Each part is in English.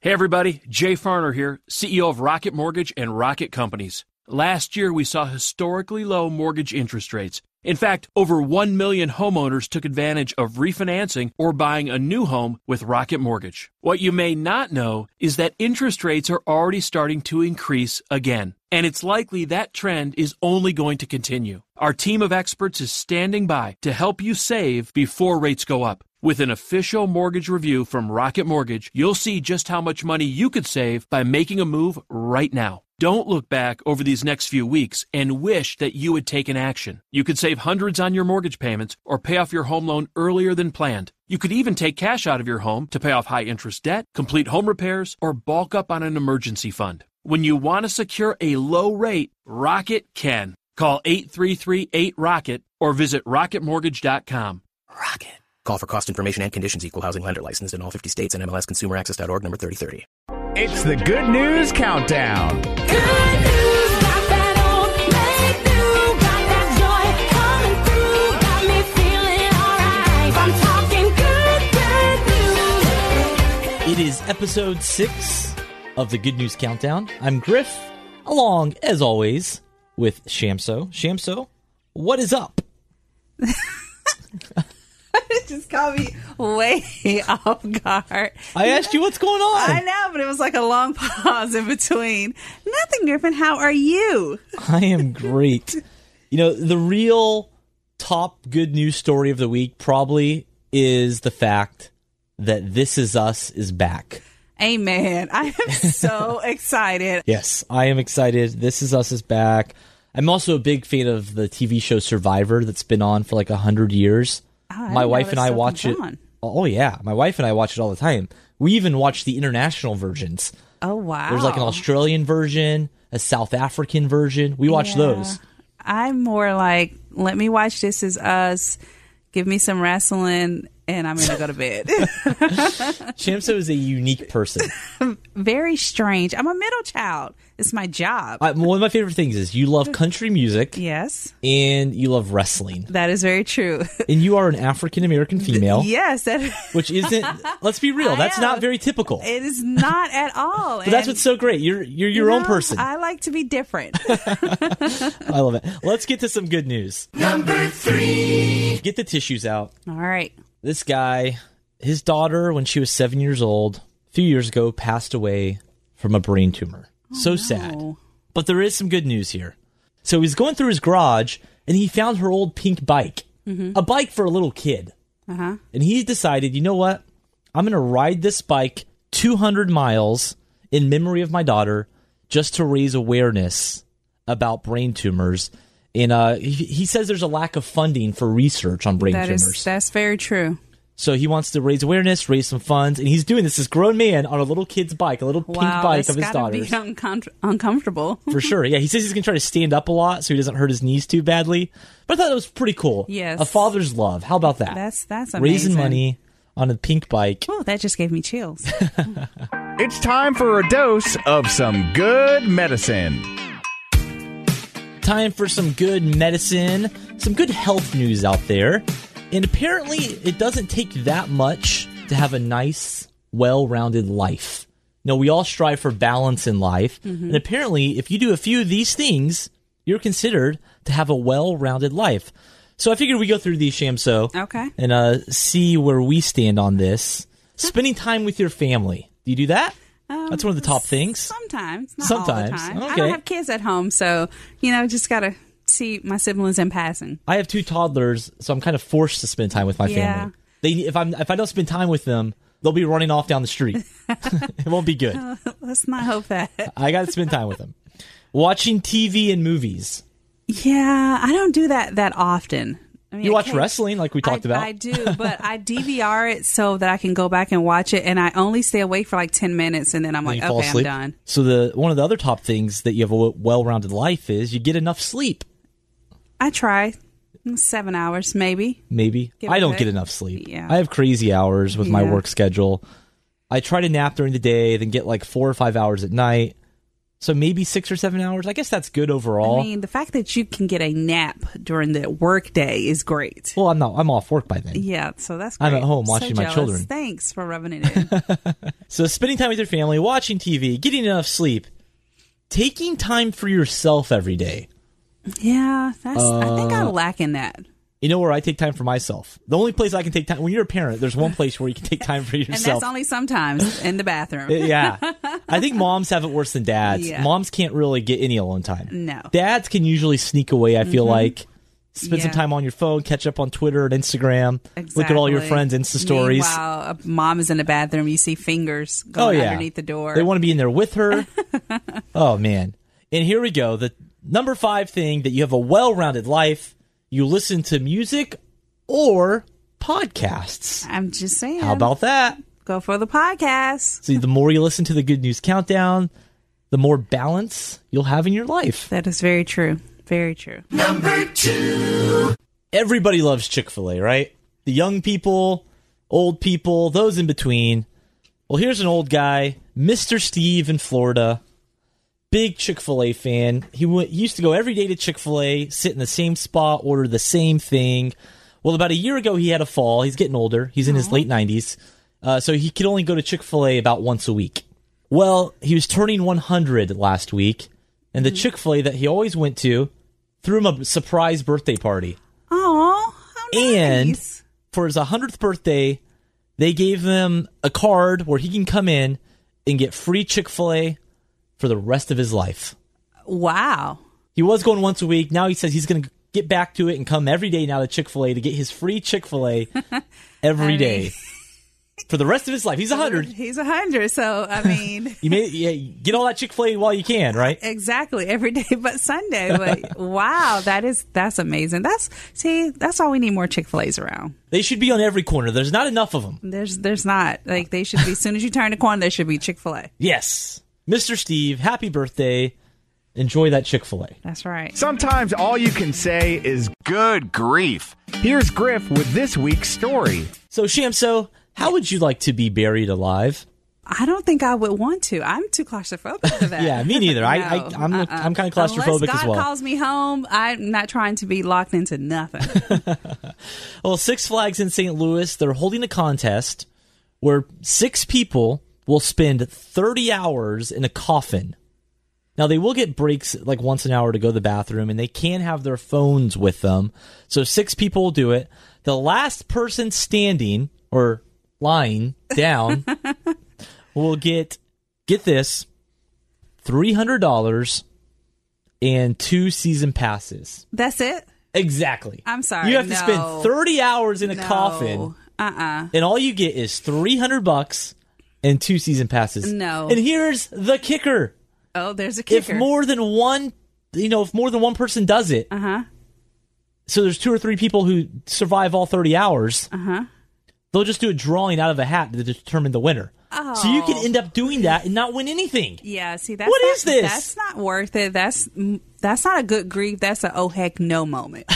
Hey everybody, Jay Farner here, CEO of Rocket Mortgage and Rocket Companies. Last year we saw historically low mortgage interest rates. In fact, over 1 million homeowners took advantage of refinancing or buying a new home with Rocket Mortgage. What you may not know is that interest rates are already starting to increase again, and it's likely that trend is only going to continue. Our team of experts is standing by to help you save before rates go up. With an official mortgage review from Rocket Mortgage, you'll see just how much money you could save by making a move right now. Don't look back over these next few weeks and wish that you had taken action. You could save hundreds on your mortgage payments or pay off your home loan earlier than planned. You could even take cash out of your home to pay off high interest debt, complete home repairs, or bulk up on an emergency fund. When you want to secure a low rate, Rocket can. Call 8338-ROCKET or visit rocketmortgage.com. Rocket. Call for cost information and conditions. Equal housing lender licensed in all 50 states and MLSConsumerAccess.org number 3030. It's the Good News Countdown. It is episode six of the Good News Countdown. I'm Griff, along as always with Shamso. Shamso, what is up? it just caught me way off guard. I asked you what's going on. I know, but it was like a long pause in between. Nothing, Griffin. How are you? I am great. You know, the real top good news story of the week probably is the fact that This Is Us is back. Amen. I am so excited. Yes, I am excited. This Is Us is back. I'm also a big fan of the TV show Survivor that's been on for like 100 years. Oh, I my didn't wife know and that I stuff watch was it. on. Oh yeah, my wife and I watch it all the time. We even watch the international versions. Oh wow. There's like an Australian version, a South African version. We watch those. I'm more like, let me watch This Is Us. Give me some wrestling, and I'm gonna go to bed. Shamso is a unique person. Very strange. I'm a middle child. It's my job. I, one of my favorite things is you love country music yes, and you love wrestling, that is very true. and you are an African American female, yes, that which isn't. Let's be real, I that's am. not very typical. it is not at all. but that's what's so great. You're you're your own person. I like to be different. I love it. Let's get to some good news. Number three. Get the tissues out. All right. this guy, his daughter, when she was seven years old, a few years ago, passed away from a brain tumor. so sad. Oh. But there is some good news here. So he's going through his garage and he found her old pink bike, a bike for a little kid. Mm-hmm. Uh-huh. And he decided, you know what? I'm going to ride this bike 200 miles in memory of my daughter just to raise awareness about brain tumors. And uh, he, he says there's a lack of funding for research on brain That tumors. is that's very true. So he wants to raise awareness, raise some funds, and he's doing this. This grown man on a little kid's bike, a little pink wow, bike that's of his gotta be daughter's, uncom- uncomfortable. for sure. Yeah, he says he's gonna try to stand up a lot so he doesn't hurt his knees too badly. But I thought that was pretty cool. Yes. a father's love. How about that? That's that's amazing. raising money on a pink bike. Oh, that just gave me chills. It's time for a dose of some good medicine. Time for some good medicine, some good health news out there. And apparently, it doesn't take that much to have a nice, well rounded life. No, we all strive for balance in life. And apparently, if you do a few of these things, you're considered to have a well rounded life. So I figured we go through these, Shamso, Okay. and uh, see where we stand on this. Spending time with your family. Do you do that? That's one of the top things. Sometimes, not all the Sometimes. time. I Okay. don't have kids at home, so you know, just gotta see my siblings in passing. I have two toddlers, so I'm kind of forced to spend time with my Yeah. family. They if I'm if I don't spend time with them, they'll be running off down the street. it won't be good. Let's not hope that. I got to spend time with them. Watching TV and movies. yeah, I don't do that that often. I mean, You I watch can't- wrestling, like we talked I, about. I do, but I DVR it so that I can go back and watch it, and I only stay awake for like ten minutes, and then I'm Then like, you fall okay, I'm asleep. done. So the one of the other top things that you have a well-rounded life is you get enough sleep. I try seven hours, maybe. Maybe Give I or don't take. get enough sleep. Yeah. I have crazy hours with my Yeah. work schedule. I try to nap during the day, then get like four or five hours at night. So maybe six or seven hours. I guess that's good I overall. mean, the fact that you can get a nap during the workday is great. well, I'm not. I'm off work by then. Yeah, so that's great. I'm at home So watching my jealous. children. Thanks for rubbing it in. So spending time with your family, watching TV, getting enough sleep, taking time for yourself every day. yeah, that's. I think Uh, I'm lacking that. You know where I take time for myself. The only place I can take time when you're a parent, there's one place where you can take time for And yourself. Uh, that's only sometimes in the bathroom. yeah. I think moms have it worse than dads. Yeah. Moms can't really get any alone time. No. Mm-hmm. Dads can usually sneak away, I feel like. Spend some Yeah. time on your phone, catch up on Twitter and Instagram, look at all your friends' Exactly. Insta stories. Oh, Meanwhile, a mom is in the bathroom. You see fingers going underneath the door. They want to be in there with her. oh man. And here we go. The number 5 thing that you have a well-rounded life, you listen to music or podcasts. I'm just saying. How about that? go for the podcast? See, the more you listen to the good news countdown, the more balance you'll have in your life. That is very true. Very true. Everybody loves Chick-fil-A, right? The young people, old people, those in between. Well, here's an old guy, Mr. Steve in Florida. Big Chick fil A fan. He, went, he used to go every day to Chick fil A, sit in the same spot, order the same thing. Well, about a year ago, he had a fall. He's getting older. He's in his late 90s. Uh, so he could only go to Chick fil A about once a week. Well, he was turning 100 last week, and the Chick fil A that he always went to threw him a surprise birthday party. Oh, how And nice. for his 100th birthday, they gave him a card where he can come in and get free Chick fil A for the rest of his life. wow. He was going once a week. Now he says he's going to get back to it and come every day now to Chick fil A to get his free Chick fil A every day for the rest of his life. He's 100. He's a hundred. So I mean, You may yeah, get all that Chick fil A while you can, right? exactly every day but Sunday. But wow, that is that's amazing. That's see, that's all we need more Chick Fil A's around. They should be on every corner. There's not enough of them. There's there's not like they should be. As soon as you turn the corner, there should be Chick Fil A. Yes. Mr. Steve, happy birthday. Enjoy that Chick fil A. That's right. Sometimes all you can say is good grief. Here's Griff with this week's story. So, Shamso, how would you like to be buried alive? I don't think I would want to. I'm too claustrophobic for that. Uh-uh. Yeah, me neither. I- I- I'm- I'm kinda claustrophobic Unless as God well. calls me home, I'm not trying to be locked into nothing. Well, Six Flags in St. Louis, they're holding a contest where six people will spend 30 hours in a coffin. Now, they will get breaks like once an hour to go to the bathroom, and they can have their phones with them. So, six people will do it. The last person standing or lying down will get, get this, $300 and two season passes. That's it. Exactly. I'm sorry, You have to no. spend 30 hours in a coffin, Uh uh and all you get is 300 bucks and two season passes. No. And here's the kicker: Oh, there's a if kicker. more than one, you know, if more than one person does it, uh huh. so there's two or three people who survive all 30 hours. Uh huh. They'll just do a drawing out of a hat to determine the winner. So you can Oh. end up doing that and not win anything. Yeah. See, that's What not, is this? That's not worth it. That's that's not a good grief. That's a oh heck no moment.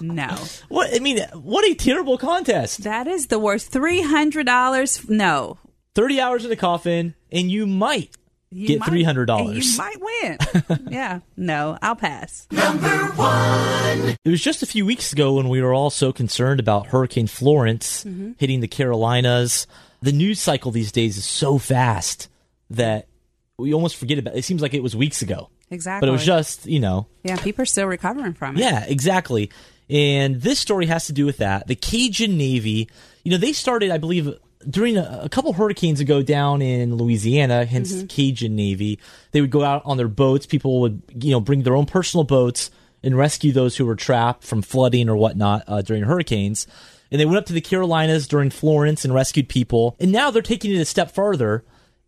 no, What I mean, what a terrible contest! that is the worst. Three hundred dollars. No, 30 hours in a coffin, and you might you Get might- $300. You might win. yeah. No, I'll pass. It was just a few weeks ago when we were all so concerned about Hurricane Florence hitting the Carolinas. The news cycle these days is so fast that we almost forget about it. It seems like it was weeks ago. Exactly. But it was just, you know. yeah. People are still recovering from it. Yeah, exactly. And this story has to do with that. The Cajun Navy, you know, they started, I believe, during a, a couple hurricanes ago down in Louisiana, hence Cajun Navy. They would go out on their boats. People would, you know, bring their own personal boats and rescue those who were trapped from flooding or whatnot uh, during hurricanes. And they went up to the Carolinas during Florence and rescued people. And now they're taking it a step further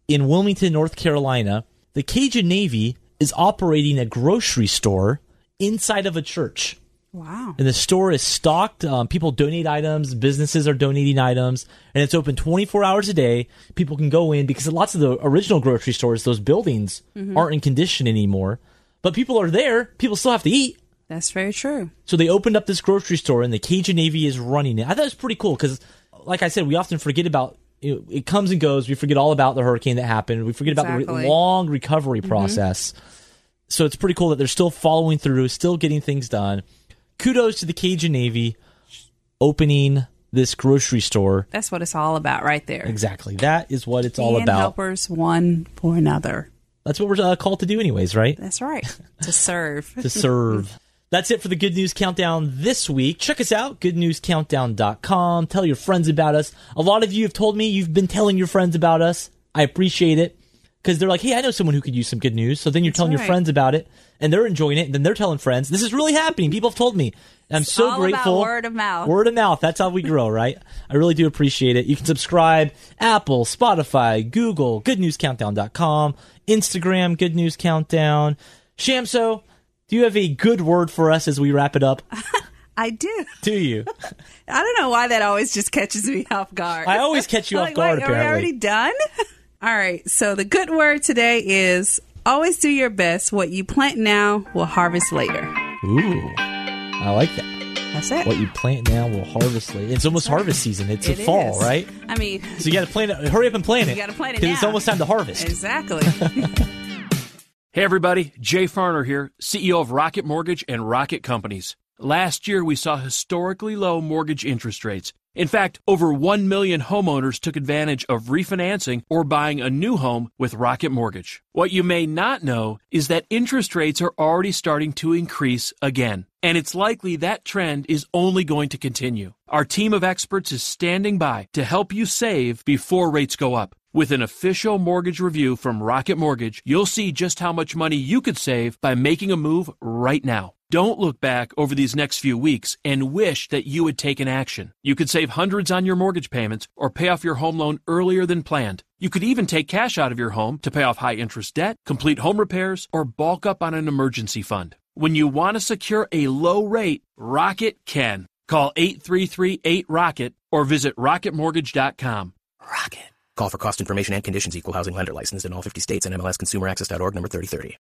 in Wilmington, North Carolina, the Cajun Navy is operating a grocery store inside of a church. Wow. And the store is stocked. Um, people donate items. Businesses are donating items. And it's open 24 hours a day. People can go in because lots of the original grocery stores, those buildings aren't in condition anymore. But people are there. People still have to eat. That's very true. So they opened up this grocery store, and the Cajun Navy is running it. I thought it was pretty cool because, like I said, we often forget about it, it comes and goes. We forget all about the hurricane that happened. We forget about the re- Exactly. long recovery process. So it's pretty cool that they're still following through, still getting things done. Kudos to the Cajun Navy opening this grocery store. That's what it's all about, right there. Exactly. That is what it's all Being about. helpers one for another. That's what we're uh, called to do, anyways, right? That's right. to serve. to serve. That's it for the Good News Countdown this week. Check us out, goodnewscountdown.com. Tell your friends about us. A lot of you have told me you've been telling your friends about us. I appreciate it because they're like, hey, I know someone who could use some good news. So then you're telling your right. friends about it and they're enjoying it. And then they're telling friends. This is really happening. People have told me. And I'm so all about grateful. word of mouth. Word of mouth. That's how we grow, right? I really do appreciate it. You can subscribe Apple, Spotify, Google, goodnewscountdown.com, Instagram, Good News Countdown. Shamso, do you have a good word for us as we wrap it up? I do. Do you? I don't know why that always just catches me off guard. I always catch you I'm off like, guard, wait, Are we apparently. already done? All right. So the good word today is always do your best. What you plant now will harvest later. Ooh. I like that. That's it. What you plant now will harvest later. It's almost harvest season. It's It a fall, is. right? I mean, So you got to plant it. Hurry up and plant it. You gotta plant it Because it's now. almost time to harvest. exactly. Hey everybody, Jay Farner here, CEO of Rocket Mortgage and Rocket Companies. Last year we saw historically low mortgage interest rates. In fact, over 1 million homeowners took advantage of refinancing or buying a new home with Rocket Mortgage. What you may not know is that interest rates are already starting to increase again, and it's likely that trend is only going to continue. Our team of experts is standing by to help you save before rates go up. With an official mortgage review from Rocket Mortgage, you'll see just how much money you could save by making a move right now. Don't look back over these next few weeks and wish that you had taken action. You could save hundreds on your mortgage payments or pay off your home loan earlier than planned. You could even take cash out of your home to pay off high interest debt, complete home repairs, or bulk up on an emergency fund. When you want to secure a low rate, Rocket can. Call 8338-ROCKET or visit rocketmortgage.com. Call for cost information and conditions equal housing lender licensed in all 50 states and MLSconsumerAccess.org number 3030.